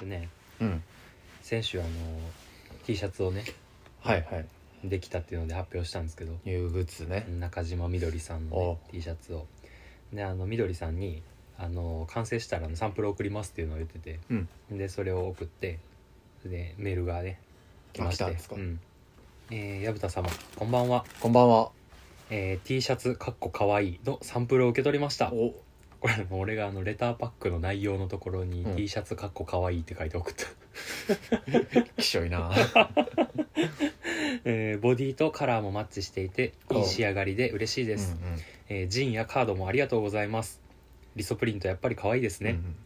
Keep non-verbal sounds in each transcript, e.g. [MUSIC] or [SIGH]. でねうん先週あの T シャツをねはいはいできたっていうので発表したんですけど入グッズね中島みどりさんの、ねお、 T シャツをであのみどりさんにあの完成したらあのサンプル送りますっていうのを言っててうんでそれを送ってでメールがね来ましてあ来たんですかうんえー薮田様こんばんは、こんばんはえー T シャツかっこかわいいのサンプルを受け取りましたおこれも俺があのレターパックの内容のところにうん T シャツかっこかわいいって書いて送った、きしょい [LAUGHS] なえーボディとカラーもマッチしていていい仕上がりで嬉しいです、うんうんえージンやカードもありがとうございますリソプリントやっぱり可愛いですね、うん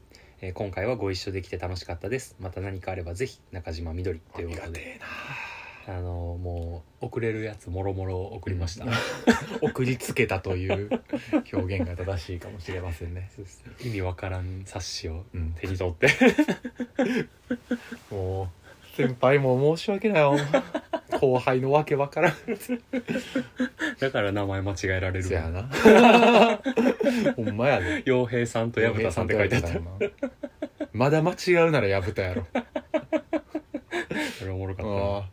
えー今回はご一緒できて楽しかったですまた何かあればぜひ中島みどりとういんうありこがとてでえなあのーもう送れるやつもろもろ送りました、うん [LAUGHS] 送りつけたという表現が正しいかもしれませ [LAUGHS] んねそうです意味わからん冊子をうん手に取ってもう先輩も申し訳 [LAUGHS] ないよ後輩のわけわからん [LAUGHS] だから名前間違えられるそやな [LAUGHS] ほんまやで洋平さんと薮田さんって書いてあったまだ間違うならやぶた [LAUGHS] やろそれ [LAUGHS] おもろかったなあ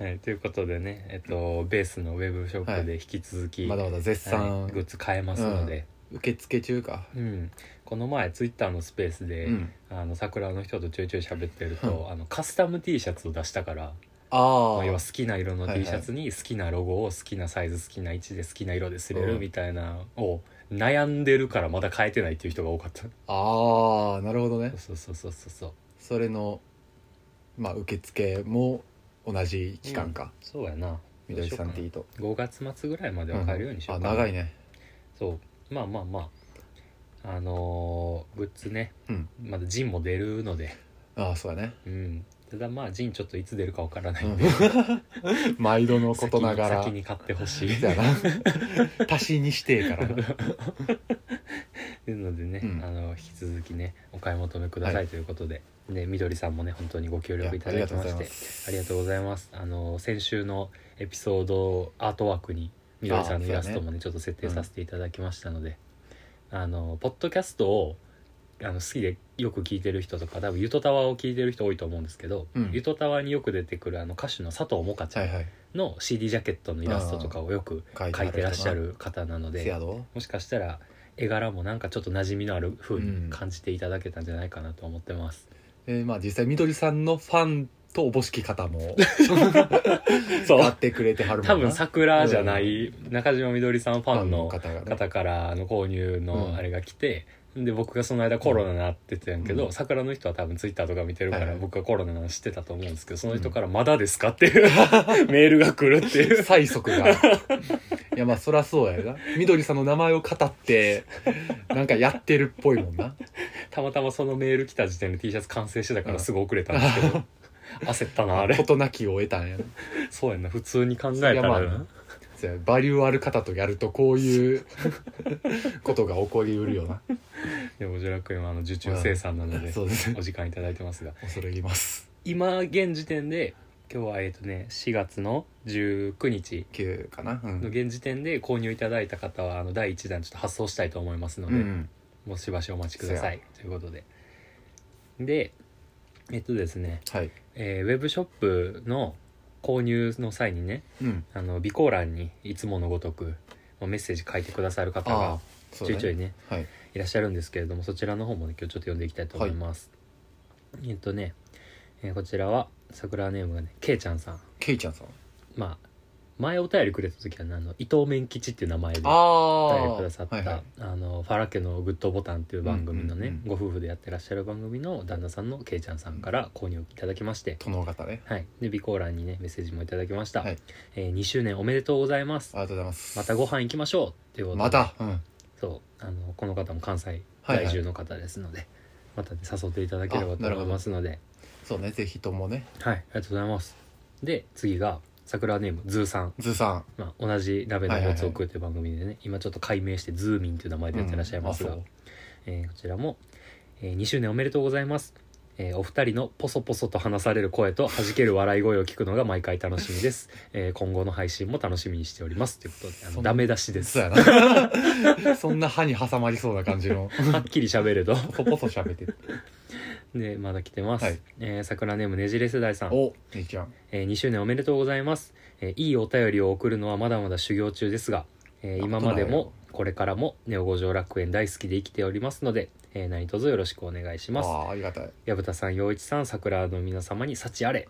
はい、ということでね、えっと、ベースのウェブショップで引き続き、ーまだまだ絶賛、はいグッズ買えますので、受付中かうんこの前ツイッターのスペースで、うんあの桜の人とちょいちょい喋ってると、あのカスタム T シャツを出したからあまああ要は好きな色のはいはい T シャツに好きなロゴを好きなサイズ好きな位置で好きな色で刷れるみたいなのを悩んでるからまだ変えてないっていう人が多かったそああなるほどねうそうそうそうそうそうそれのまあ受付も同じ期間か、そうやなみどりさん T と5月末ぐらいまでは買えるようにしよあうかな、長いねそうまあまあまああのーグッズねうんまだジンも出るのでああそうだね、うんただまあジンちょっといつ出るかわからないんで、うん [LAUGHS] 毎度のこ先とにながら先に買ってほしいっそやな [LAUGHS] 足しにしてえからなていうのでね、うんあの引き続きねお買い求めくださはいということで、でみどりさんもね本当にご協力いただきましてありがとうございますあの先週のエピソードアートワークにみどりさんのイラストもねちょっと設定させていただきましたので、あのポッドキャストをあの好きでよく聞いてる人とか多分ゆとたわを聞いてる人多いと思うんですけど、うんゆとたわによく出てくるあの歌手の佐藤萌歌ちゃはいんはいの CD ジャケットのイラストとかをよく書書いてらっしゃる方なのせでやどもしかしたら絵柄もなんかちょっと馴染みのある風うにん感じていただけたんじゃないかなと思ってます。えーまあ実際みどりさんのファンとおぼしき方も [LAUGHS] そう買ってくれてはるもんな多分桜じゃない中島みどりさんフファンの方がね方からの購入うのんあれが来て、で僕がその間コロナなってたんやけど、うん桜の人は多分ツイッターとか見てるかはいらはい僕がコロナなの知ってたと思うんですけどその人から「まだですか?」って [LAUGHS] いうメールが来るっていう催促がいやまあそらそうやなみどりさんの名前を語ってなんかやってるっぽいもんなたまたまそのメール来た時点で T シャツ完成してたからすぐ遅れたんですけ [LAUGHS] ど、焦ったなあれ事なきを得たんやな [LAUGHS] そうやんな普通に考えたらいやまな、あなそやバリューある方とやるとこういう [LAUGHS] ことが起こりうるよなでもジョラクエはあの受注生産なので、そうですお時間いただいてますが恐れ入ります今現時点で今日はえっとね4月の19日9かなうのん、現時点で購入いただいた方はあの第1弾ちょっと発送したいと思いますのうで、ん、もうしばしお待ちくださいということででえっとですね、はい、えーウェブショップの購入の際にねうん、あの備考欄にいつものごとくまあメッセージ書いてくださる方ああがそちょいちょいねねはいいらっしゃるんですけれどもそちらの方もね今日ちょっと読んでいきたいと思います、えっとね、えーこちらは桜ネームがねけいちゃんさんケイちゃんさんまあ前お便りくれた時はねあの伊藤面吉っていう名前でお便りあくださった、はいはいあのファラ家のグッドボタンっていう番組のね、うんうんご夫婦でやってらっしゃる番組の旦那さんのけいちゃんさんから購入いただきまして、殿方ねはい、で備考欄にねメッセージもいただきました、はいえー2周年おめでとうございますありがとうございますまたご飯行きましょうっていうことでまたうんそうあのこの方も関西はいはい在住の方ですので、またね、誘っていただければとあなる思ほいどますのでそうねぜひともねはいありがとうございますで次が桜ネームズーさんズーさんまあ、同じ鍋のごつを食うという番組でね、今ちょっと改名してズーミンという名前でやってらっしゃいますが、うんあえーこちらも、え2周年おめでとうございます、えーお二人のポソポソと話される声と弾ける笑い声を聞くのが毎回楽しみです、えー今後の配信も楽しみにしておりますということであそのんダメ出しですそ [LAUGHS] うはや [LAUGHS] なそんな歯に挟まりそうな感じのっきり喋るとポソポソ喋ってるでまだ来てます、はいえー桜ネームねじれ世代さん、おみーちゃんえ2周年おめでとうございます、えーいいお便りを送るのはまだまだ修行中ですが、えー今までなんとないよもこれからもネオ五条楽園大好きで生きておりますので、えー何卒よろしくお願いしあますあありがたい矢蓋さん陽一さん桜の皆様に幸あれ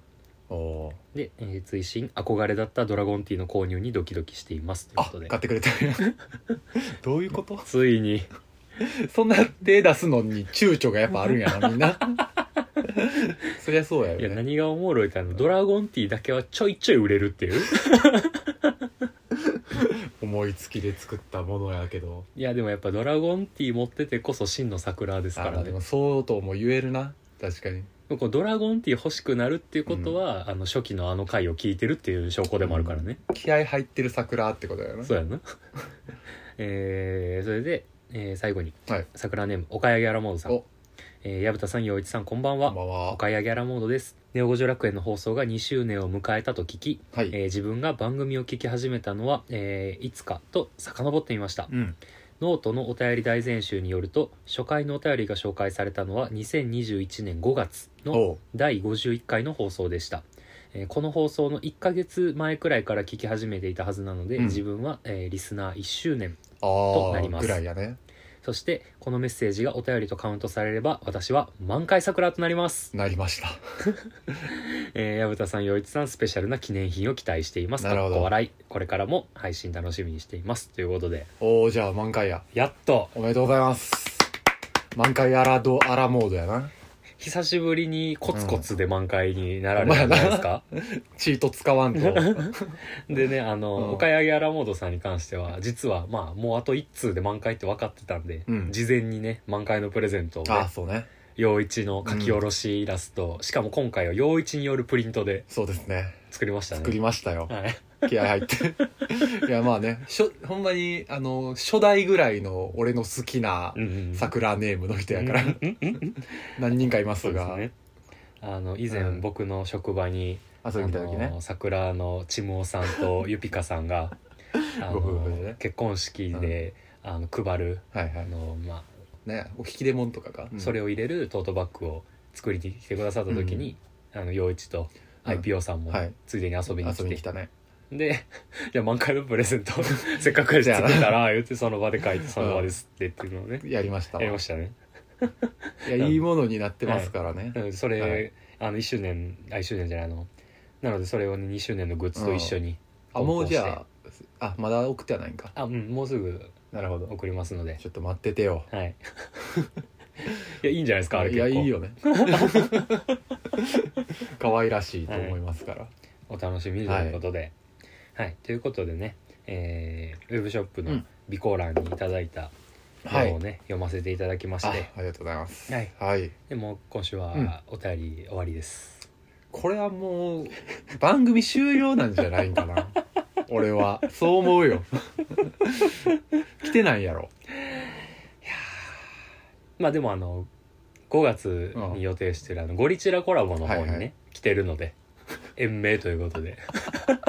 おおで、えー追伸憧れだったドラゴンティーの購入にドキドキしていますというあことで買って [LAUGHS] くれたどういうことついにそんな手出すのに躊躇がやっぱあるんや [LAUGHS] なみんなそりゃそうやいやよね何がおもろいかのドラゴンティーだけはちょいちょい売れるっていう [LAUGHS] 思いつきで作ったものやけどいやでもやっぱドラゴンティー持っててこそ真の桜ですからあでねもそうとも言えるな確かにこうドラゴンティー欲しくなるっていうことは、あの初期のあの回を聞いてるっていう証拠でもあるからね、気合入ってる桜ってことやなそうやな [LAUGHS] えー、それで、えー最後に、はい桜ネーム岡谷ギャラモードさんおえー矢蓋、さん陽一さんこんばんこはんばんは岡谷ギャラモードですネオ五条楽園の放送が2周年を迎えたと聞き、はい、えー自分が番組を聞き始めたのは、えーいつかと遡ってみました、うんノートのお便り大全集によると初回のお便りが紹介されたのは2021年5月のおう第51回の放送でした、えーこの放送の1ヶ月前くらいから聞き始めていたはずなので、うん自分は、えーリスナー1周年あなりまあすぐらいやねそしてこのメッセージがお便りとカウントされれば私は満開桜となります、なりましたえー、矢蓋さん陽一さんスペシャルな記念品を期待していますなるほかどっこ笑いこれからも配信楽しみにしていますということでおおじゃあ満開ややっとおめでとうございます満開アラドアラモードやな久しぶりにコツコツで満開になられたんじゃないですか、チート使わん [LAUGHS] とでねあの、うんお買い上げアラモードさんに関しては実はまあもうあと1通で満開って分かってたんで、うん事前にね満開のプレゼントを、ああね、そうね陽一の書き下ろしイラスト、しかも今回は陽一によるプリントでそうですね作りましたね作りましたよはい、気合入って [LAUGHS] いやまあねしょほんまにあの初代ぐらいの俺の好きなうんうん桜ネームの人やから、うんうんうん何人かいまそすうでがすねあの以前うん僕の職場に、遊びに来た時あねの桜のちむおさんとゆぴかさんがあご夫の、婦でね結婚式で、あの配るはいはあいの、まあ、ねお引き出物とかか、それをを入れるトートバッグを作りに来てくださった時に、あの陽一とうん IPO さんもはいついでに遊びに来て、遊びに来たねで [LAUGHS] 「いや満開のプレゼント [LAUGHS] せっかくやし作った [LAUGHS] ら」言ってその場で書いてその場ですってっていうのをね、やりましたわやりましたね、いやいいものになってますからね、うん、それ、はいあの1周年あ1周年じゃないあのなのでそれを、ね、2周年のグッズと一緒に、あもうじゃああまだ送ってはないんかあうんもうすぐなるほど送りますので [LAUGHS] ちょっと待っててよはい [LAUGHS] いやいいんじゃないですかあれい結構やいいよ [LAUGHS] ね可愛らしいと思いますから、お楽しみということで、はいということでね、えーウェブショップうのん備考欄にいただいたはいものをね、読ませていただきましああてりがとうございますはいはいでもう今週うんはお便り終わりです、これはもう番組終了なんじゃないんか [LAUGHS] な俺はそう思うよ来てないやろまあでもあの5月に予定してるあのゴリチラコラボの方にね、はいはい来てるので延命ということで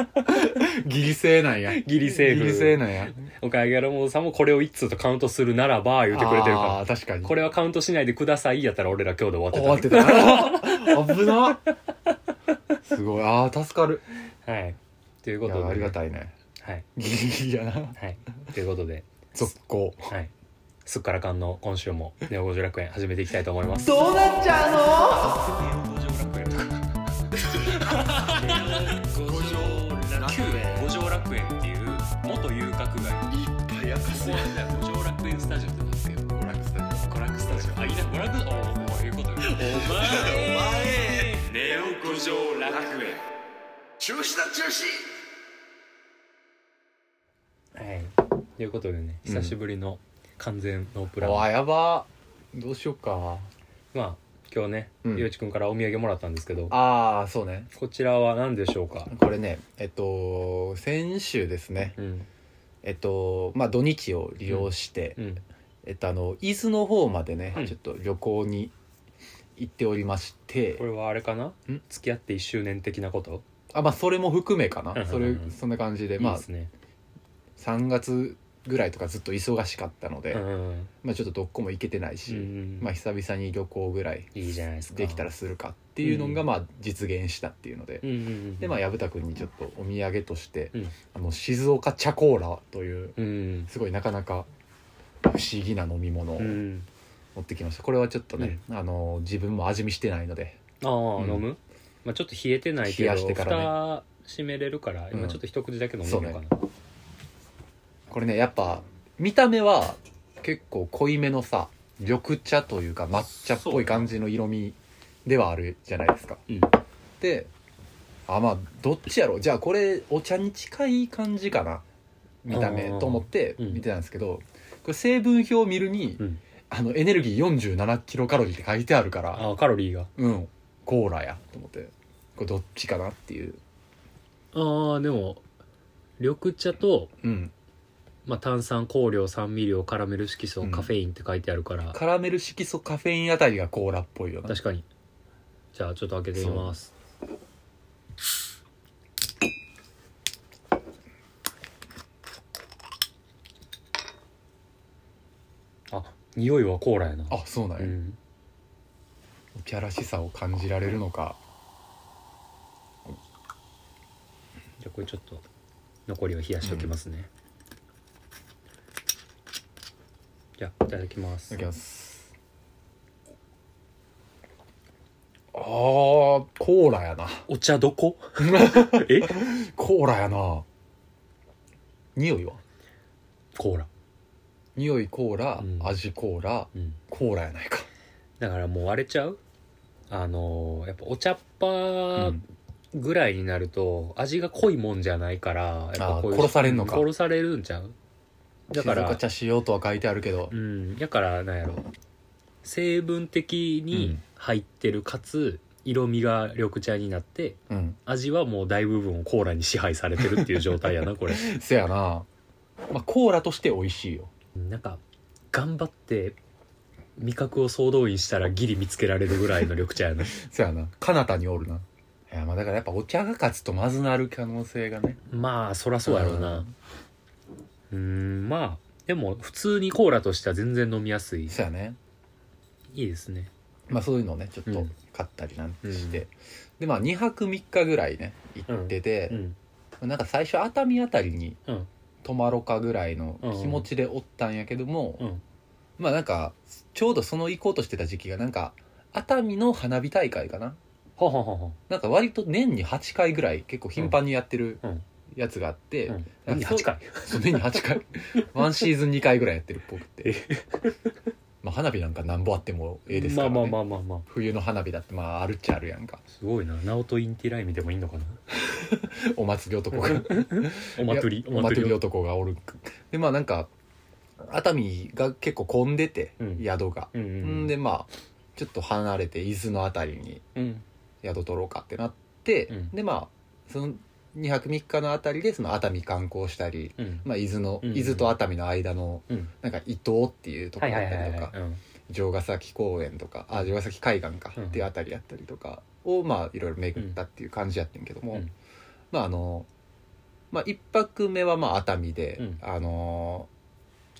[LAUGHS] ギリセーなんやギリセーフギリセーなんやおかげやろもさんもこれを1通とカウントするならば言ってくれてるかあー確からにこれはカウントしないでくださいやったら俺ら今日で終わってた終ね、[LAUGHS] わってたな危なすごいあー助かるはいといういことで、やありがたいね [LAUGHS] はい、ギリギリやなはい、ということで [LAUGHS] 続行はい。すっからかんの今週もネオ五条楽園始めていきたいと思います。どうなっちゃうの五条楽園、五条楽園っていう元遊郭街。いっぱいやかす五条楽園スタジオってなんですけど。娯楽スタジ娯楽スタジオ。あ、いいな、娯楽、おお、こういうこと。お前、お前、ネオ五条楽園。中止だ中止はい。ということでね、久しぶりの完全ノープラン。オあーやばどうしようかまあ、今日ね、うんゆうちくんからお土産もらったんですけど。ああそうねこちらは何でしょうか。これねえっと先週ですねうん。えっとまあ土日を利用して、うん。えっとあの伊豆の方までね、うんちょっと旅行に行っておりましてこれはあれかなん付き合って1周年的なことあまあそれも含めかうんうんうなんそれそんな感じでいいまであすね、 3月ぐらいとかずっと忙しかったので、うんまあ、ちょっとどっこも行けてないし、うんまあ、久々に旅行ぐらいいいじゃないですかできたらするかっていうのがうんまあ実現したっていうので、うんうんうんでまあ薮田君にちょっとお土産として、うんあの静岡茶コーラといううんすごいなかなか不思議な飲み物をう持んってきました、これはちょっとね、あの自分も味見してないのでああ、うん飲む、まあ、ちょっと冷えてないけ冷どやしてからね蓋閉めれるからう今んちょっと一口だけ飲もうかな、これねやっぱ見た目は結構濃いめのさ緑茶というか抹茶っぽい感じの色味ではあるじゃないですかうんであまあどっちやろうじゃあこれお茶に近い感じかな見た目あーと思ってうん見てたんですけど、これ成分表を見るに、うんあのエネルギー47キロカロリーって書いてあるからああカロリーがうんコーラやと思ってこれどっちかなっていうああでも緑茶と、うんまあ、炭酸香料酸味料カラメル色素うんカフェインって書いてあるから、カラメル色素カフェインあたりがコーラっぽいよな確かにじゃあちょっと開けてみますあ匂いはコーラやなあそうなんうや、んキャラしさを感じられるのかじゃあこれちょっと残りは冷やしておきますね、じゃあいただきますいただきますあーコーラやなお茶ど [LAUGHS] こえコーラやな匂いはコーラ匂いコーラ、うん味コーラうんコーラやないかだからもう割れちゃうあのーやっぱお茶っ葉ぐらいになると味が濃いもんじゃないからやっぱこういうあー殺されんのか殺されるんちゃうだか静岡ら茶しようとは書いてあるけどうんだからなんやろ成分的うにん入ってるかつ色味が緑茶になってうん味はもう大部分をコーラに支配されてるっていう状態 [LAUGHS] やなこれせやなまあコーラとして美味しいよなんか頑張って味覚を総動員したらギリ見つけられるぐらいの緑茶やな [LAUGHS] せやな彼方におるないやまあだからやっぱお茶が勝つとまずなる可能性がねまあそらそうやろうなうーんまあでも普通にコーラとしては全然飲みやすいいせやねいですねまあそういうのをねちょっうとん買ったりなんてして、うんでまあ2泊3日ぐらいね行っててう、んなんか最初熱海あたりにうん泊まろかぐらいの気持ちでおったんやけども、うんまあなんかちょうどその行こうとしてた時期がなんか熱海の花火大会かなははははなんか割と年に8回ぐらい結構頻繁にやってるうんやつがあって、うんなんかそう8回そう年に8回 [LAUGHS] ワンシーズン2回ぐらいやってるっぽくてまあ花火なんかなんぼあってもええですから、ねまあまあまあまあま冬の花火だってまああるっちゃあるやんかあすごいな直人インティライミでもいいのかなお祭り男が [LAUGHS] お祭りお祭り男がおるでまあなんか熱海が結構混んでて、うん宿が、うんうんん、でまあちょっと離れて伊豆のあたりにうん宿取ろうかってなって、うんでまあその2泊3日のあたりでその熱海観光したり、うんまあ、伊豆の、うんうん伊豆と熱海の間のうんなんか伊東っていうとこはろいだはいっはいたはりといかうん城ヶ崎公園とかあ城ヶ崎海岸かうんっていうあたりやったりとかをまあいろいろ巡ったっていう感じやってんけども、うんまああのまあ一泊目はまあ熱海で、うんあの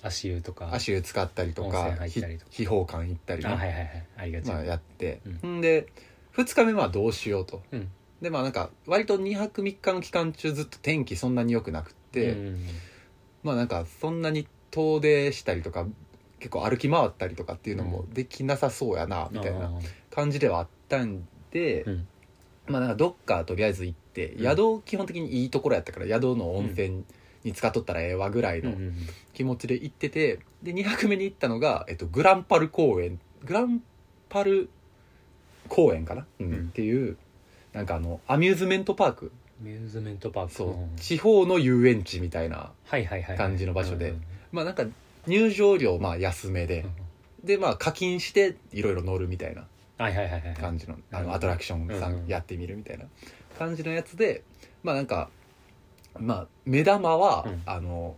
足湯とか足湯使ったりと温か泉入ったりとかひ秘宝館行ったりあねはいはいはいありがちまあ、やって、、うんで2日目はどうしようと、うんでまあなんか割と2泊3日の期間中ずっと天気そんなに良くなくって、うんまあなんかそんなに遠出したりとか結構歩き回ったりとかっていうのもできなさそうやな、みたいな感じではあったんで、うんまあなんかどっかとりあえず行って、うん宿基本的にいいところやったから宿の温泉に使っとったらええわぐらいうんうのん気持ちで行っててで2泊目に行ったのが、えっと、グランパル公園グランパル公園かな、うんうんっていうなんかあのアミューズメントパークアミューズメントパークそう、ん地方の遊園地みたいなはいはいはい感じの場所でうんまあなんか入場料まあ安めで、うんでまあ課金していろいろ乗るみたいなはいはいはいはい感じのあうんのアトラクションさうんうんんやってみるみたいな感じのやつでまあなんかまあ目玉は、うんあの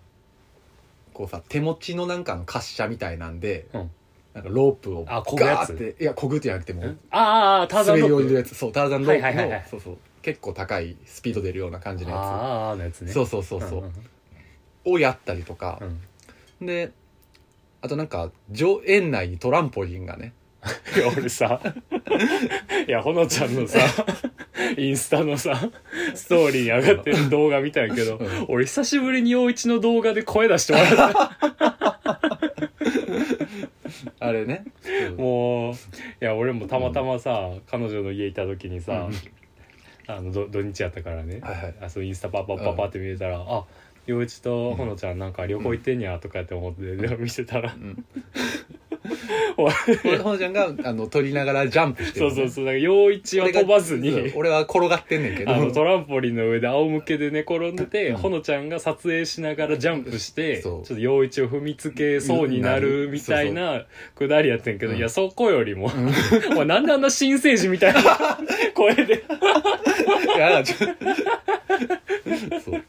こうさ手持ちのなんかの滑車みたいなんで、うんなんかロープをあ漕ぐやつガーっていやこぐってじゃなくてもうんうああターザン滑ロり降ーりるプやつそうターザンロープの、はいはいはいはいそうそう結構高いスピード出るような感じのやああのやつつ、ねそうそうそうそう、んんをやったりとか、うんであとなんか上園内にトランポリンがねいや俺さいやほのちゃんのさインスタのさストーリーに上がってる動画見たんやけどうん俺久しぶりに陽一の動画で声出してもらったあれ [LAUGHS] ねもういや俺もたまたまさ、彼女の家いた時にさ、あのど土日やったからね、はいはいあそうインスタパッパッパッパって見てたら、あ陽一とほのちゃんなんか旅行行ってんやとかって思って、で見てたらうんおい俺とほのちゃんがあの撮りながらジャンプし [LAUGHS] てそうねそうそうだから陽一は俺が飛ばずそうに俺は転がってんねんけどあ [LAUGHS] のトランポリンの上で仰向けで寝転んでて、うんほのちゃんが撮影しながらジャンプしてちそょうっと陽一を踏みつけそうになるみたいなくだりやってんけど、うんいやそこよりも、 [LAUGHS] お前なんであんな新生児みたいな [LAUGHS] 声でい [LAUGHS] やちょそう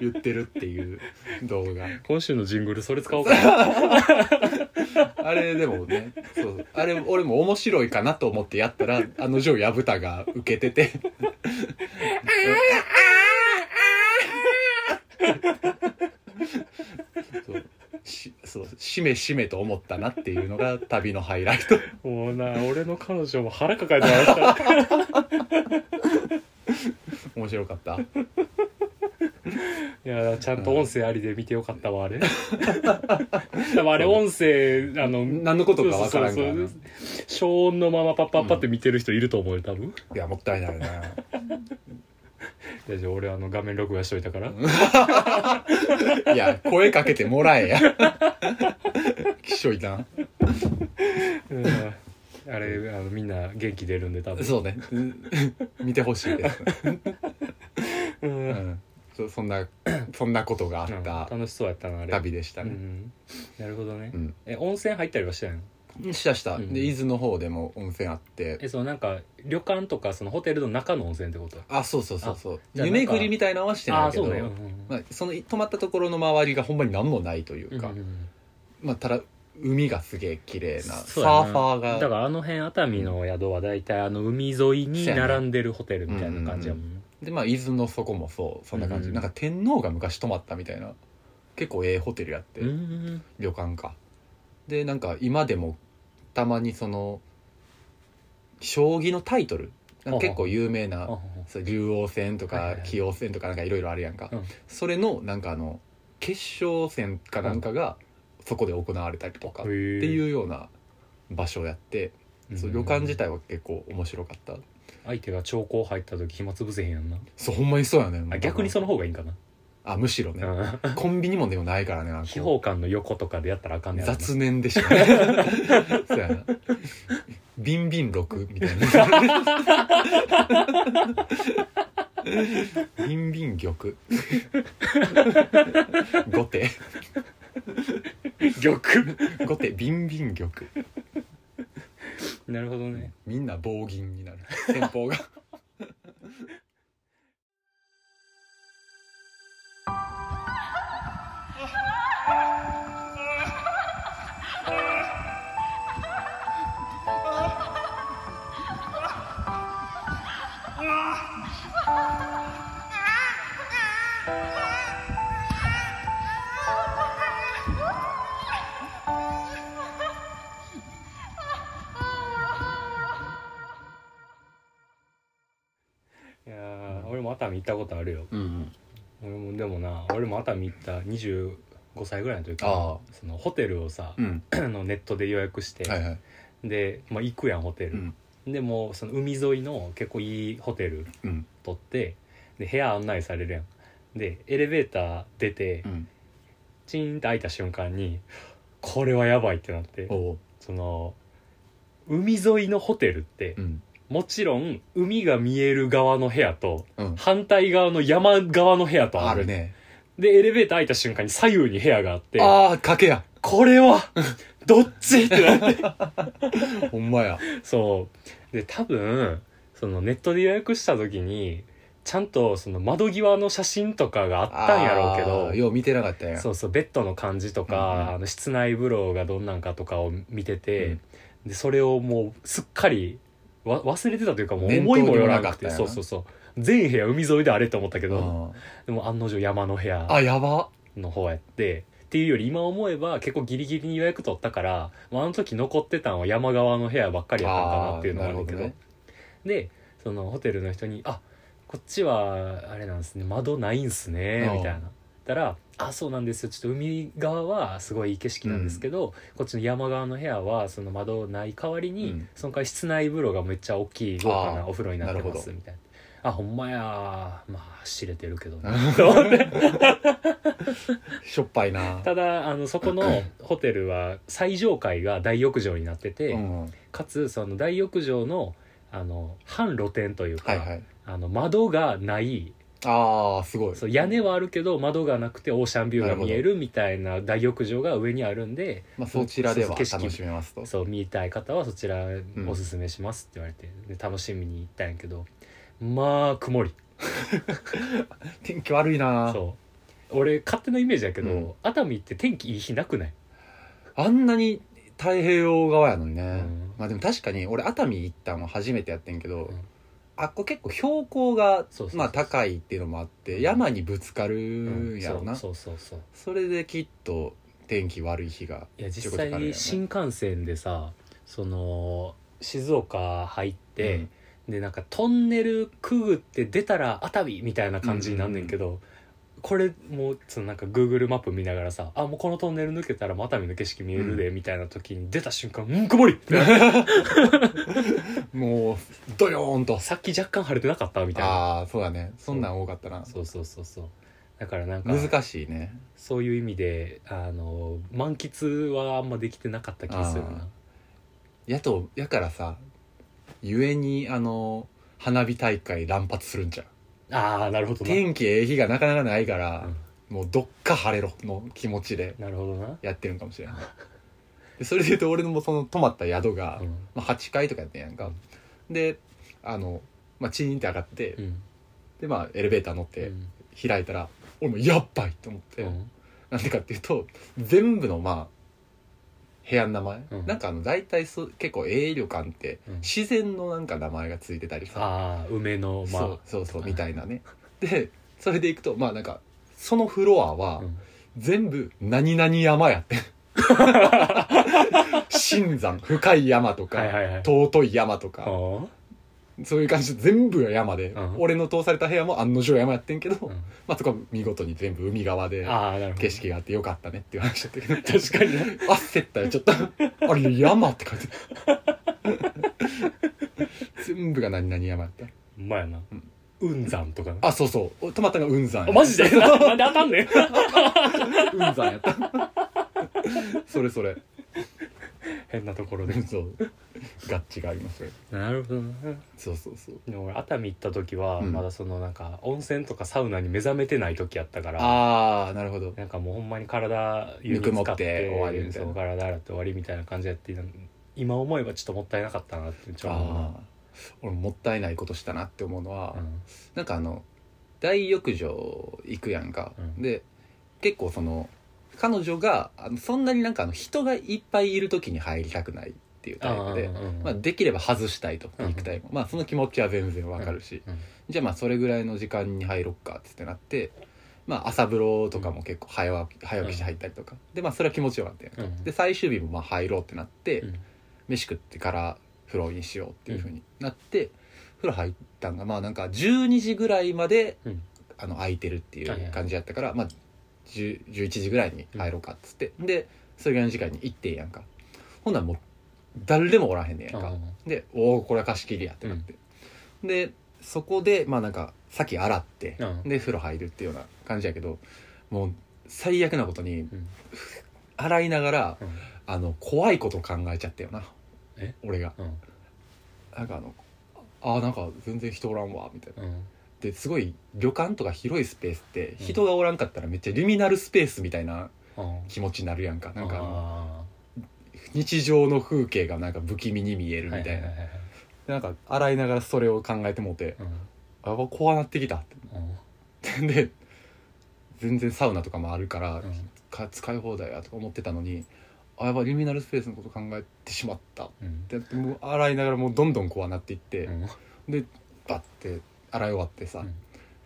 言ってるっていう動画今週のジングルそれ使おうか [LAUGHS] なあれでもねそうあれ俺も面白いかなと思ってやったらあのジョーヤブタが受けててそうしそうしめしめと思ったなっていうのが旅のハイライトもうな俺の彼女も腹抱えて笑った面白かったいやちゃんと音声ありで見てよかったわ [LAUGHS] あれでもあれ音声あの何のことかわからんそかうらそうなそう消音のままパッパッパって見てる人いると思うよ多分いやもったいないな大丈夫俺あの画面録画しといたからいや、声かけてもらえや。きしょいな。うんあれあのみんな元気出るんで多分そうね。見てほしいです。うんううんん。そそんな、そんなことがあった楽しそうやったなあれ旅でしたうね。んなるほどねうん。え温泉入ったりはしてないのしたした。うんで、伊豆の方でも温泉あっえて。そうなんか旅館とかそのホテルの中の温泉ってことあ、そうそうそうそう。じゃあ湯なんか巡りみたいなのはしてないけど、あーそうだようんまあ、その泊まったところの周りがほんまに何もないといううんか、うんうんまあ、ただ、海がすげえ綺麗な、サそうやなーファーが。だからあの辺熱海の宿は大体あの海沿いに並んでるホテルみたいな感じやもん、でまあ伊豆の底もそうそんな感じ、うんうんなんか天皇が昔泊まったみたいな結構ええホテルやって、うんうん旅館かでなんか今でもたまにその将棋のタイトルなんか結構有名あなそう竜王戦とはいはいはかい棋王戦とかなんかいろいろあるやんか、うんそれのなんかあの決勝戦かなんかがそこで行われたりとかあってへえいうような場所をやって、そう旅館自体は結構面白かった、相手が長考入った時暇つぶせへんやんなそうほんまにそうやねあ逆にそのの方がいいんかな、あむしろね、うんコンビニもでもないからねなんか秘宝館の横とかでやったらあかんねやろな雑念でしかそうやなビンビン6みたいなビンビン玉後手玉後手ビンビン玉なるほどねみんな棒銀になる戦法がいやー俺も熱海行ったことあるようんうん俺もでもな俺も熱海行った25歳ぐらいの時ああそのホテルをさ、うんあのネットで予約して、はいはいで、まあ、行くやんホテル、うんでもうその海沿いの結構いいホテルうん取ってで部屋案内されるやんでエレベーター出てうんチーンと開いた瞬間にこれはやばいってなっておうその海沿いのホテルってうんもちろん海が見える側の部屋とうん反対側の山側の部屋とああるるねでエレベーター開いた瞬間に左右に部屋があってああ賭けやこれはどっちってな [LAUGHS] ってほんまやそうで多分そのネットで予約した時にちゃんとその窓際の写真とかがあったんやろうけどあーよう見てなかったんやそうそうベッドの感じとか、うんうんあの室内風呂がどんなんかとかを見てうてん、でそれをもうすっかりわ忘れてたというかもう念思頭いにももよらなくてなかったよなそうそうそう全部屋海沿いであれと思ったけうど、んでも案の定山の部屋あやばの方やってっていうより今思えば結構ギリギリに予約取ったから、まあ、あの時残ってたんは山側の部屋ばっかりやったんかなっていうのがあるけどあーなるでそのホテルの人に「あこっちはあれなんですね窓ないんすねう」んみたいな。たら「あそうなんですよちょっと海側はすごいいい景色なんですけど、こっちの山側の部屋はその窓ない代わりに、うんその代わり室内風呂がめっちゃ大きい豪華なお風呂になってなるまほす」どみたいな「あほんまやまあ知れてるけどね」しょっぱいなただあのそこ [CLEARS THROAT] のホテルは最上階が大浴場になってて、うん、はかつその大浴場のあの半露天というか、いはいあの窓がないああすごいそう屋根はあるけど窓がなくてオーシャンビューが見えるみたいな大浴場が上にあるんでまあ、そちらではそうそう景色楽しめますとそう見たい方はそちらんおすすめしますって言われて、で楽しみに行ったんやけどまあ曇り天気悪いなそう俺勝手なイメージやけど、うん熱海って天気いい日なくないあんなに太平洋側やのにね、んまあでも確かに俺熱海行ったの初めてやってんけど、うんあっこ結構標高がそうそうそうまあ高いっていうのもあって山にぶつかるんやろな、そうそうそうそうそれできっと天気悪い日がいやち実ょこちょこあるんやろ際ね新幹線でさその静岡入って、でなんかトンネルくぐって出たら熱海みたいな感じになんねんけど、これもうそのなんか Google マップ見ながらさあもうこのトンネル抜けたら熱海の景色見えるで、みたいな時に出た瞬間「うん曇り!」っ [LAUGHS] てなってうんもうドヨーンとさっき若干晴れてなかった [LAUGHS] みたいなああそうだねそんなん多かったなそうそうそうそうだからなんか難しいねそういう意味であの満喫はあんまできてなかった気がするなやとやからさゆえにあの花火大会乱発するんじゃんああーなるほどな、天気ええ日がなかなかないから、うんもうどっか晴れろの気持ちでなるほどな、やってるんかもしれないでそれで言うと俺のもその泊まった宿が、うんまあ、8階とかやったんやんか、であの、まあ、チーンって上がって、うんでまあエレベーター乗っうてん開いたら、俺もやっばいと思って、うんなんでかっていうと全部のまあ部屋の名前、うんなんかあの大体そう結構営旅館ってうん自然のなんか名前がついてたりさ、ああ梅のまそうそうそうみたいなねでそれで行くとまあなんかそのフロアあ、は、うん全部何々山やって [LAUGHS] 新山深い山とか、はいはいはい尊い山とあか、ーそういう感じで全部が山で、うん俺の通された部屋も案の定山やってんけど、うんまあそこは見事に全部海側であーなるほど景色があってよかったねっていう話だったけど確かにね焦ったよちょっとあれ山って書いてた全部が何々山やったほんまやなうん雲山とかなあそうそう泊まったのが雲山あマジでななんであかんねん [LAUGHS] 雲山やったそれそれ変なところでそうガッチがありますよなるほどなそうそうそうでも俺熱海行った時はうんまだそのなんか温泉とかサウナに目覚めてない時やったからああなるほどなんかもうほんまに体湯に浸かぬくもって終わりみたいなそう体洗って終わりみたいな感じやって今思えばちょっともったいなかったなってちょっと思うああ俺もったいないことしたなって思うのは、なうんなんかあの大浴場行くやんか、うんで結構その彼女があのそんなになんかあの人がいっぱいいる時に入りたくないっていうタイプで、うんまあ、できれば外したいとうん肉体も、まあその気持ちは全然わかるし、うんじゃあまあそれぐらいの時間に入ろっかっつってなって、まあ、朝風呂とかも結構早起き早起きして入ったりとか、でまあそれは気持ちよかったやんか、うんで最終日もまあ入ろうってなって、うん飯食ってから風呂にしようっていうふうになって、風呂入ったんがまあなんか12時ぐらいまで、うんあの空いてるっていはいはいう感じやったから、まあ10 11時ぐらいに入ろうかっつって、でそれぐらいの時間に行ってんやんかほんならもう誰でもおらへんねんやんか、うんでおおこれは貸し切りやってなって、でそこでまあなんか先洗って、うんで風呂入るっていうような感じやけどもう最悪なことに、ん洗いながらうんあの怖いこと考えちゃったよなえ俺がうんなんかあのあーなんか全然人おらんわみたいなうんですごい旅館とか広いスペースって人がおらんかったらめっちゃリミナルスペースみたいなうん気持ちになるやんかなんかあのあ日常の風景がなんか不気味に見えーるみたいな、はははでなんか洗いながらそれを考えてもうてはいあば怖なってきたってうんで全然サウナとかもあるからうんうんか使い放題やとか思ってたのにあやばいリミナルスペースのこと考えてしまったっうんてなってもう洗いながらもうどんどん怖なっていって、うんでバッて洗い終わってさ、うん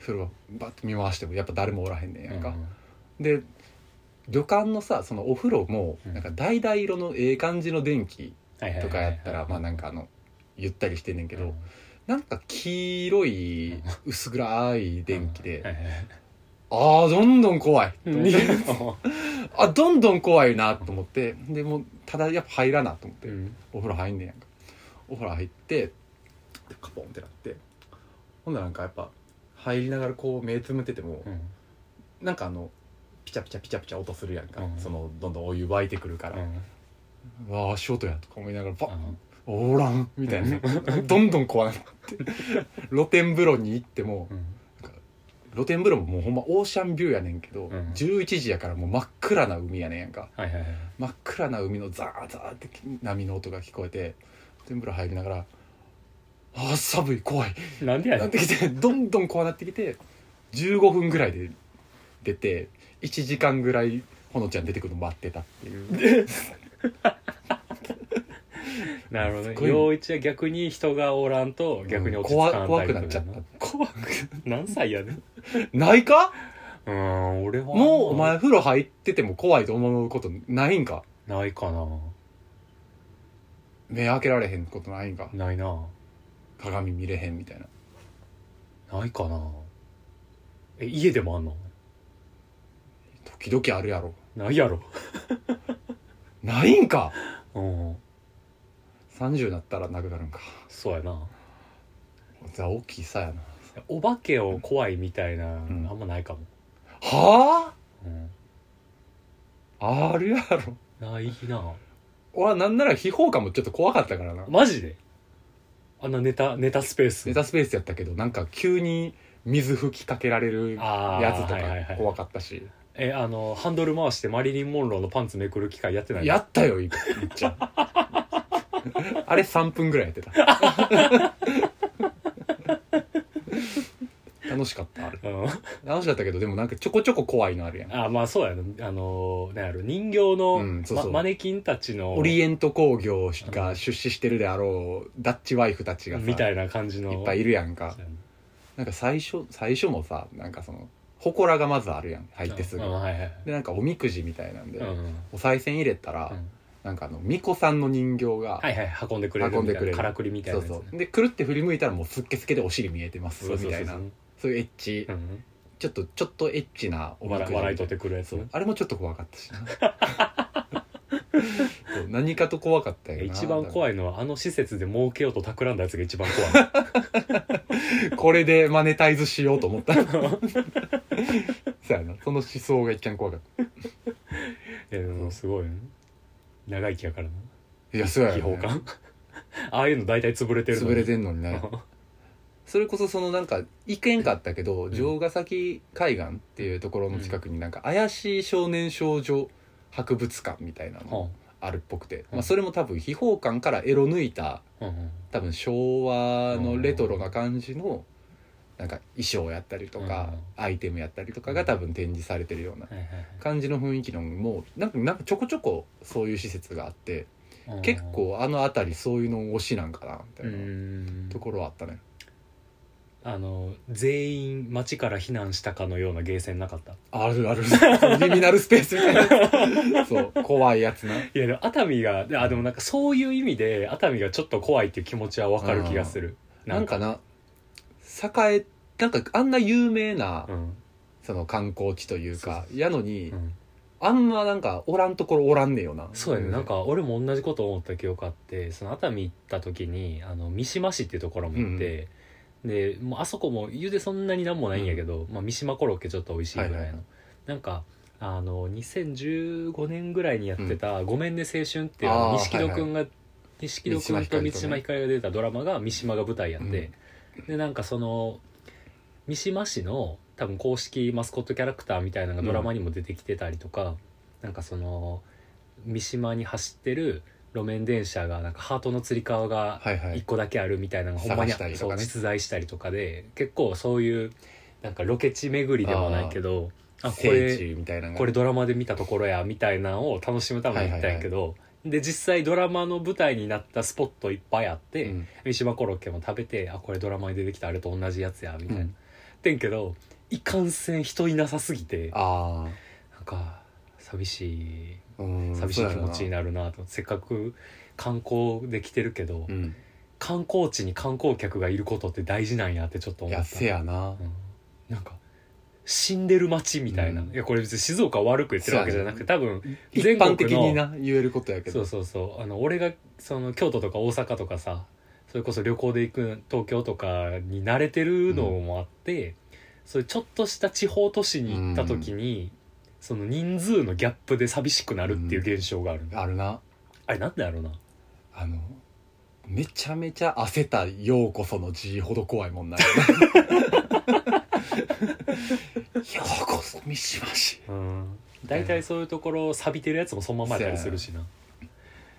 風呂バッて見回してもやっぱ誰もおらへんねんやんか、うんで旅館のさそのお風呂もうんなんか橙色のええ感じの電気はいはいはいはいとかやったらまあなんかあのゆったりしてんねんけど、なんか黄色い薄暗い電気で、はいはいはいああどんどん怖いと思ってうあどんどん怖いなと思ってでもうただやっぱ入らなと思って、んお風呂入んねんやんかお風呂入ってでカポンってなってほんならなんかやっぱ入りながらこう目つむってても、うんなんかあのピチャピチャピチャピチャ音するやんか、うんそのどんどんお湯沸いてくるから、ううわあ足音やとか思いながらバッんおらんみたいなどんどん怖なって [LAUGHS] 露天風呂に行ってもうん露天風呂ももうほんまオーシャンビューやねんけど、うん11時やからもう真っ暗な海やねんやんかはいはいはい真っ暗な海のザーザーって波の音が聞こえて露天風呂入りながら「あー寒い怖い」なんでやねなっんてきてどんどん怖なってきて15分ぐらいで出て1時間ぐらいほのちゃん出てくるの待ってたっていうなるほどすねごい陽一は逆に人がおらんと逆に落ち着怖かん怖タイくプなっちゃっやた怖く何歳やねんないかうん俺はもうお前風呂入ってても怖いと思うことないんかないかな目開けられへんことないんかないな鏡見れへんみたいなないかなえ家でもあんの時々あるやろないやろないんかうん30なったらなくなるんかそうやなザ大きいさやなお化けを怖いみたいな、んあんまないかも、はうん、ああるやろないな俺はなんなら秘宝館もちょっと怖かったからなマジであんなネタネタスペースネタスペースやったけどなんか急に水吹きかけられるあーやつとはいはいかはい怖かったしえあのハンドル回してマリリン・モンローのパンツめくる機会やってないやったよいっちゃ [LAUGHS] あれ3分ぐらいやってた [LAUGHS] 楽しかったあれうん楽しかったけどでもなんかちょこちょこ怖いのあるやんあまあそうやなあのなんやろ人形の、うんそうそうまマネキンたちのオリエント工業が出資してるであろうダッチワイフたちがさみたいな感じのいっぱいいるやんかそうやななんか最初最初もさなんかその祠がまずあるやん入ってすぐうんうんはいはいでなんかおみくじみたいなんで、うんうんお賽銭入れたら、なんかあの巫女さんの人形が、はいはい運んでくれるみたいな運んでくれるからくりみたいなそうやつね、そうでくるって振り向いたらもうすっけすけでお尻見えてますみたいなそういうエッチうんうんちょっとちょっとエッチなおみく笑じ笑い取ってくるやつ [LAUGHS] そねうあれもちょっと怖かったしなそう何かと怖かったよな一番怖いのはあの施設で儲けようと企んだやつが一番怖い [LAUGHS] これでマネタイズしようと思った [LAUGHS] そうやなその思想が一番怖かっいやでもすごいね長生きやからなたいやそうや秘よ、宝ね、館ああいうの大体潰れてるのに潰れてんのにねそれこそそのなんか行けんかったけど、ん城ヶ崎海岸っていうところの近くになんか怪しい少年少女博物館みたいなのはあるっぽくうて、んまあ、それも多分秘宝館からエロ抜いたあうん多分昭和のレトロな感じのなんか衣装やったりとかアイテムやったりとかが多分展示されてるようなはいはい感じの雰囲気のもうなんかなんかちょこちょこそういう施設があってはいうん結構あの辺りそういうの推しなんかなみたういなんところはあったねあの全員町から避難したかのようなゲーセンなかったあるある [LAUGHS] そのリミナルスペースみたいな [LAUGHS] やつそう怖いやつないやでも熱海があでもなんかそういう意味で熱海がちょっと怖いっていう気持ちはわかる気がするなんかな栄えなんかあんな有名なうんその観光地というかやのに、うんあんまなんかおらんところおらんねよなそうやね、なんか俺も同じこと思った記憶あってその熱海行った時にあの三島市っていうところも行って、でもうあそこも湯でそんなになんもないんやけど、まあ、三島コロッケちょっと美味しいぐらいの、はいはいはいなんかあの2015年ぐらいにやってた「ごめんね青春」っていうあのあー錦戸くんが、錦戸くんと三島ひかりとね三島ひかりが出たドラマが三島が舞台やって、でなんかその三島市の多分公式マスコットキャラクターみたいなのがドラマにも出てきてたりとか、なんかその三島に走ってる路面電車がなんかハートのつり革がはいは一い個だけあるみたいなのがほんまに、探したりとそかうね実在したりとかで結構そういうなんかロケ地巡りでもないけどあこ聖れ地みたいなのがこれドラマで見たところやみたいなのを楽しむために行ったんやけど、で実際ドラマの舞台になったスポットいっぱいあって、三島コロッケも食べてあこれドラマに出てきたあれと同じやつやみたいな、うんてんけどいかんせん人いなさすぎてあなんか寂しあ、うんい寂しい気持ちになるなと、せっかく観光で来てるけど、そうやろな観光地に観光客がいることって大事なんやってちょっとうん。い思や、ったせやなう。んなんか死んでる街みたいな、うんいやこれ別に静岡を悪く言ってるわけじゃなくて多分一全国の般的にな、言えることやけそうど。そうそうあの俺がその京都とか大阪とかさそれこそ旅行で行く東京とかに慣れてるのもあって、そういうちょっとした地方都市に行った時に、その人数のギャップで寂しくなるっていう現象がある、あるな。あれなんだろうなあの、めちゃめちゃ焦ったようこその字ほど怖いもんな。ようこそ、三島市。うん大体そういうところ錆びてるやつもそのままやったりするしない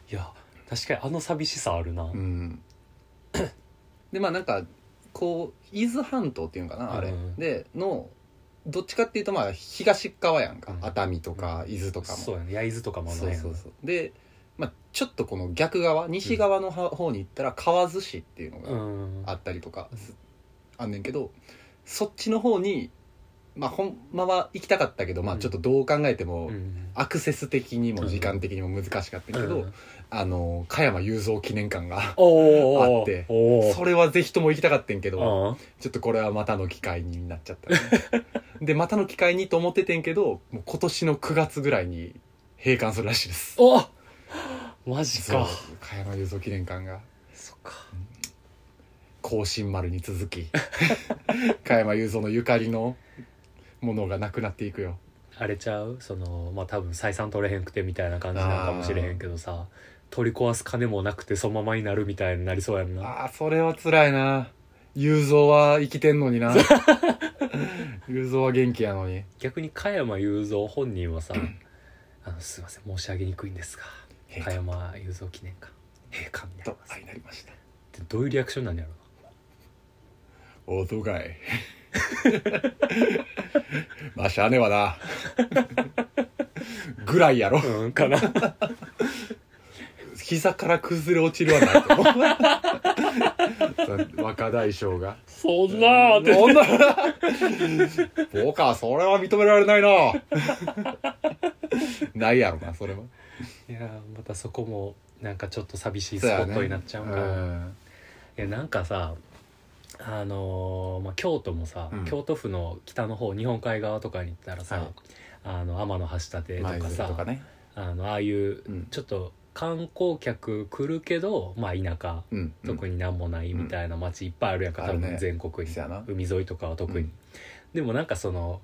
や確かにあの寂しさあるな、うん、でまあなんかこう伊豆半島っていうのかなあれ、うんでのどっちかっていうとまあ東側やんか、うん熱海とか伊豆とかも、そうやね焼津とかもねそうそうそうで、まあ、ちょっとこの逆側西側のは方に行ったら河津市っていうのうがんあったりとかす、あんねんけどそっちの方にまあほんまは行きたかったけど、まあうんちょっとどう考えても、うんアクセス的にも時間的にも難しかったけど、うんあの加山雄三記念館がおーおーあっておーそれはぜひとも行きたかったんけど、うんちょっとこれはまたの機会になっちゃったね、で、またの機会にと思っててんけど、もう今年の9月ぐらいに閉館するらしいです。おマジそうか。加山雄三記念館が、そっか甲新丸に続 [LAUGHS] き、加山雄三のゆかりのものがなくなっていくよ。あれちゃうそのまあ多分採算取れへんくてみたいな感じなんかもしれへんけどさ取り壊す金もなくてそのままになるみたいになりそうやんなああ、それは辛いな。雄三は生きてんのに [LAUGHS] な。雄三は元気やのに。逆に加山雄三本人はさあのすいません申し上げにくいんですが閉加館山雄三記念館閉館になりとます相なりました。ってどういうリアクションなんやろおとが [LAUGHS] い。まあ、しゃあねえわな。ぐらいやろ。うなうんかな膝から崩れ落ちるわないと。 [LAUGHS] 若大将が。そんなーってそんな、 [LAUGHS] そうか、それは認められな [LAUGHS] いな。ないやろな、それは。いやーまたそこもなんかちょっと寂しいスポットになっちゃうんかな、うんいやなんかさあのーまあ、京都もさ、うん京都府の北の方日本海側とかに行ったらさ、はいあの天橋立と舞か鶴さとかね。あのああいううんちょっと観光客来るけど、まあ、田舎うん。特になんもないみたいな街いっぱいあるやんか、あ多るね分全国に、そやな海沿いとかは特に、うんでもなんかその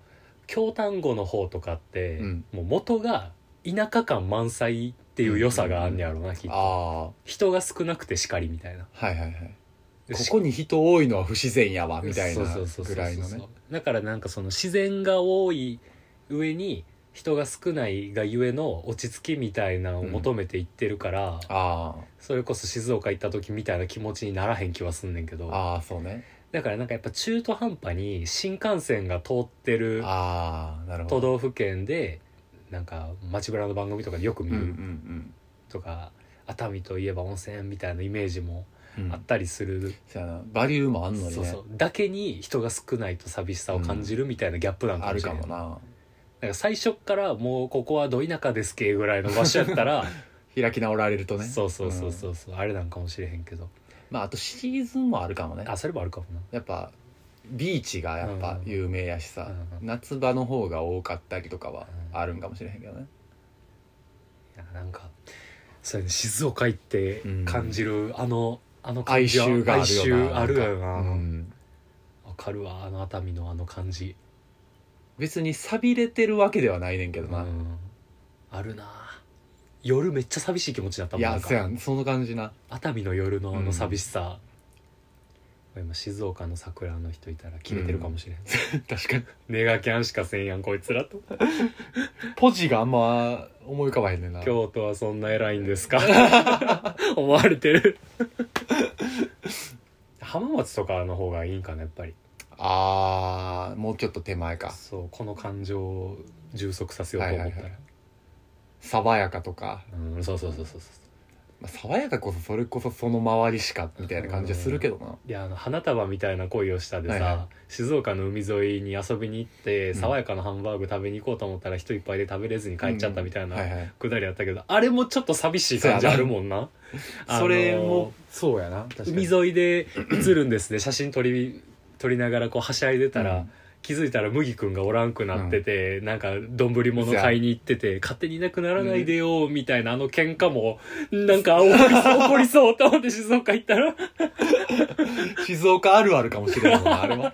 京丹後の方とかって、うんもう元が田舎感満載っていう良さがあんねやろうな、きっあとあ、は人が少なくてしかりみたいないはいはい。ここに人多いのは不自然やわ、みたいなそうそうそうそうぐらいのね。だからなんかその自然が多い上に人が少ないがゆえの落ち着きみたいなのを求めていってるから、ああ。それこそ静岡行った時みたいな気持ちにならへん気はすんねんけどああそうねだからなんかやっぱ中途半端に新幹線が通ってるああなるほ都ど道府県でなんか街ぶらの番組とかでよく見うんうるんとか、熱海といえば温泉みたいなイメージもうんうんあったりする、そうやなバリューもあんのにねそうそうだけに人が少ないと寂しさを感じるみたいなギャップなんかあもるしれかんもななんか最初っからもうここはど田舎ですけぐらいの場所やった [LAUGHS] ら、開き直られるとね、そうそうそうそううそうあれなんかもしれへんけどんまああとシーズンもあるかもねあそれもあるかもなやっぱビーチがやっぱ有名やしさ、うん夏場の方が多かったりとかはあるんかもしれへんけどね、いやなんかそうやね静岡行って感じる、あのあの哀愁があ哀るよ愁なあるよななわんかか,、うんるわあの熱海のあの感じ、別に寂れてるわけではないねんけうどんな、あるな夜めっちゃ寂しい気持ちになったいもんなやんかそうやんその感 [LAUGHS] じな熱海の夜のあうのん寂しさ、今静岡の桜の人いたら切れてるかもしれん、確かにネガキャンしかせんやんこいつらとポジがあんま思い浮かばへんねんな京都はそんな偉いんですか [LAUGHS] 思われて [LAUGHS] る浜松とかの方がいいんかなやっぱりああもうちょっと手前かそうこの感情を充足させようと思ったら、はいはいはい爽やかとか、うん、そうそうそうそうそうまあ、爽やかこそそれこそその周りしかみたいな感じはするけどな、いやあの花束みたいな恋をしたでさ、はいは静岡の海沿いに遊びに行ってん爽やかなハンバーグ食べに行こうと思ったら人いっぱいで食べれずに帰っちゃったみたいなはいはいくだりあったけど、あれもちょっと寂しい感じあるもんなあの [LAUGHS] それもそうやな確かに海沿いで映るんですね写真撮り撮りながらこうはしゃいでたら、うん気づいたら麦君がおらんくなってて、なんか丼物買いに行ってて勝手にいなくならないでよみたいなあの喧嘩もなんか怒りそう怒りそうと思って静岡行ったら静岡あるあるかもしれないもんなあれは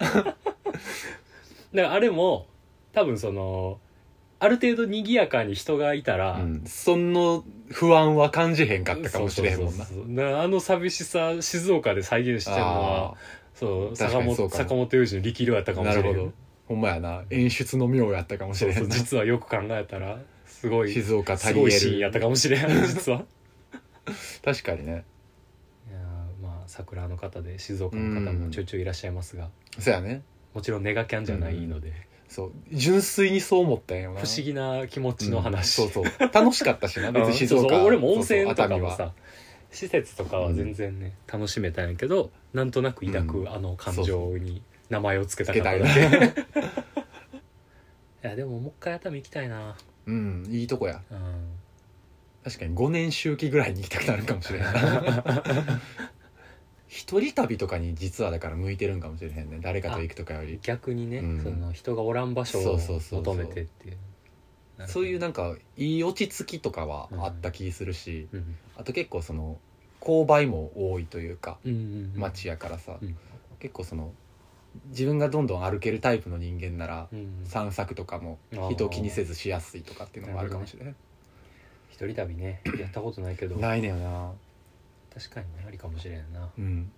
だからあれも多分そのある程度賑やかに人がいたら、うんその不安は感じへんかったかもしれへんもんなそうそうそうそうだからあの寂しさ静岡で再現してるのあはあそう確坂かに本そうかも坂本龍二の力量やったかもしれなへるんほどほんまやな演出の妙やったかもしそうれへそうんな実はよく考えたらすごい静岡足すりごいえシーンやるったかもしれ [LAUGHS] ない実は確かにいねやーまあ桜の方で静岡の方もちょいちょいいらっしゃいますがそうやねもちろんネガキャンじゃないので、そう純粋にそう思ったんやろな不思議な気持ちの話、うんそうそう楽しかったしな別うにん静そうそ岡う俺も温泉そとうそかうも熱海はさ施設とかは全然ね、楽しめたんやけどなんとなく抱く、うんあの感情に名前を付けつたけかたっいた [LAUGHS] な [LAUGHS] いやでももう一回熱海行きたいなうんいいとこやうん確かに5年周期ぐらいに行きたくなるかもしれない [LAUGHS] 一人旅とかに実はだから向いてるんかもしれへんね誰かと行くとかより逆にね、うんその人がおらん場所そをうそうそうそ求うめてっていうなるほどそういうなんかいい落ち着きとかはあった気するし、うんあと結構その勾配も多いというかうんうんうん街やからさ、うん結構その自分がどんどん歩けるタイプの人間ならうん散策とかも人を気にせずしやすいとかっていうのもあるかもしれない、一人旅 [COUGHS] ねやったことないけどないねよな確かにねありかもしれんな、うん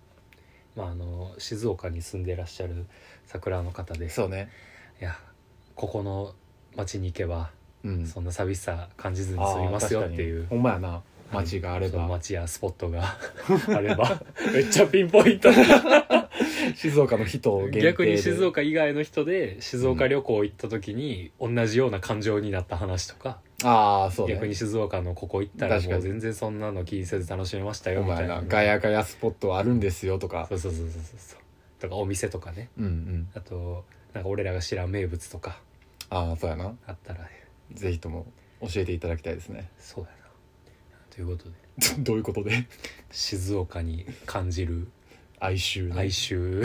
まあ、あの静岡に住んでらっしゃる桜の方でそうねいやここの町に行けばうんそんな寂しさ感じずに済みますよっていうあー確かにほんまやな街があれそのば町やスポット [LAUGHS] があれば [LAUGHS] めっちゃピンポイント [LAUGHS] 静岡の人を限定で逆に静岡以外の人で静岡旅行行った時に同じような感情になった話とか、ああそうね逆に静岡のここ行ったら確かもにう全然そんなの気にせず楽しめましたよほんみまたやいななガヤガヤスポットあるんですよとかそうそうそうそうそうとかお店とかねうんうんあとなんか俺らが知らん名物とかああそうやなあったらねぜひとも教えていただきたいですね [LAUGHS] そうだなということでどういうことで静岡に感じる哀愁ね [LAUGHS] 哀愁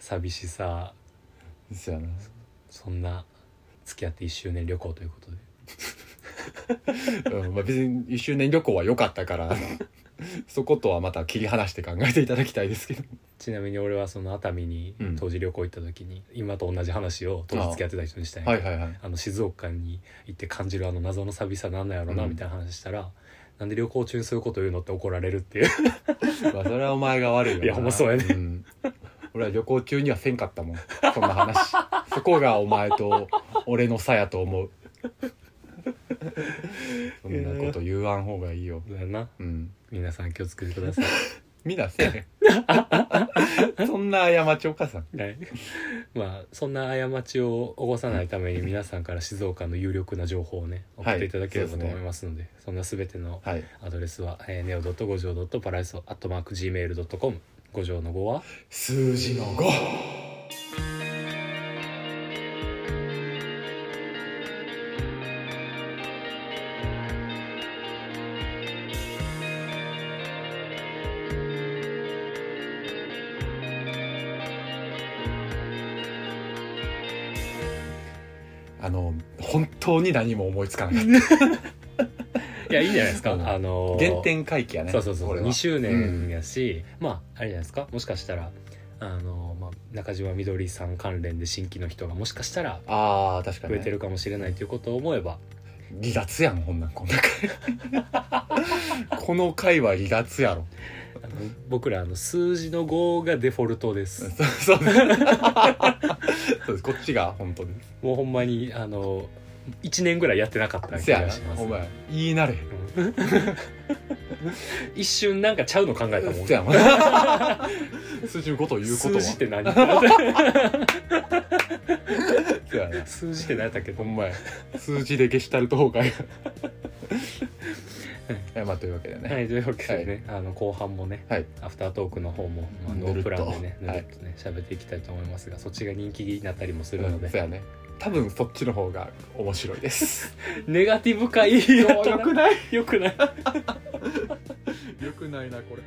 寂しさそうやなそんな付き合って1周年旅行ということでうんまあ、別に1周年旅行は良かったから [LAUGHS] そことはまた切り離して考えていただきたいですけどちなみに俺はその熱海にうん当時旅行行った時に、今と同じ話を当時付き合ってた人にしたんやけどはいはいあの静岡に行って感じるあの謎の寂しさなんなんやろなうんみたいな話したら、なんで旅行中にそういうこと言うのって怒られる [LAUGHS] っていうまあそれはお前が悪いよないやほんまそうやねん俺は旅行中にはせんかったもんそんな話 [LAUGHS] そこがお前と俺の差や [LAUGHS] と思うそんなこと言わん方がいいよだよなうん皆さん気をつけてくださみんなせえへん [LAUGHS] そんな過ちお母さんい、 [LAUGHS] はい、まあそんな過ちを起こさないために皆さんから静岡の有力な情報をね送っていただければと思いますので,、そんな全てのはいアドレスは、えー、neo. 5条 .paraiso.gmail.com 五条の5は数字の5あの本当に何も思いつかなかっいやいいんじゃないですか、うんあのたー原点回帰やねそうそうそう俺は2周年やし、まああれじゃないですかもしかしたらあの、まあ、中島みどりさん関連で新規の人がもしかしたらああ確かに増ね、えてるかもしれないということを思えば、離脱やんほんなんこんな [LAUGHS] 回この回は離脱やろ [LAUGHS] あの僕らあの数字の5がデフォルトですそうそうですそうですこっちが本当でもうほんまにあの1年ぐらいやってなかった気すせやながしますお前言いなれへんうん一瞬なんかちゃうの考えたもんせやな数字のことを言うこ数と字っはて何そうそうやな数字って何やったっけほんまや数字でゲシュタルト崩壊えまあというわけでね、はいというわけでね、あの後半もね、はいアフタートークの方も、まあ、ぬノーるっとプランでねぬはいるっとね喋、っていきたいと思いますがそっちが人気になったりもすうるのん、そうで、やね多分そっちの方が面白いです [LAUGHS] ネガティブかいい [LAUGHS] よくないよくないよくないなこれ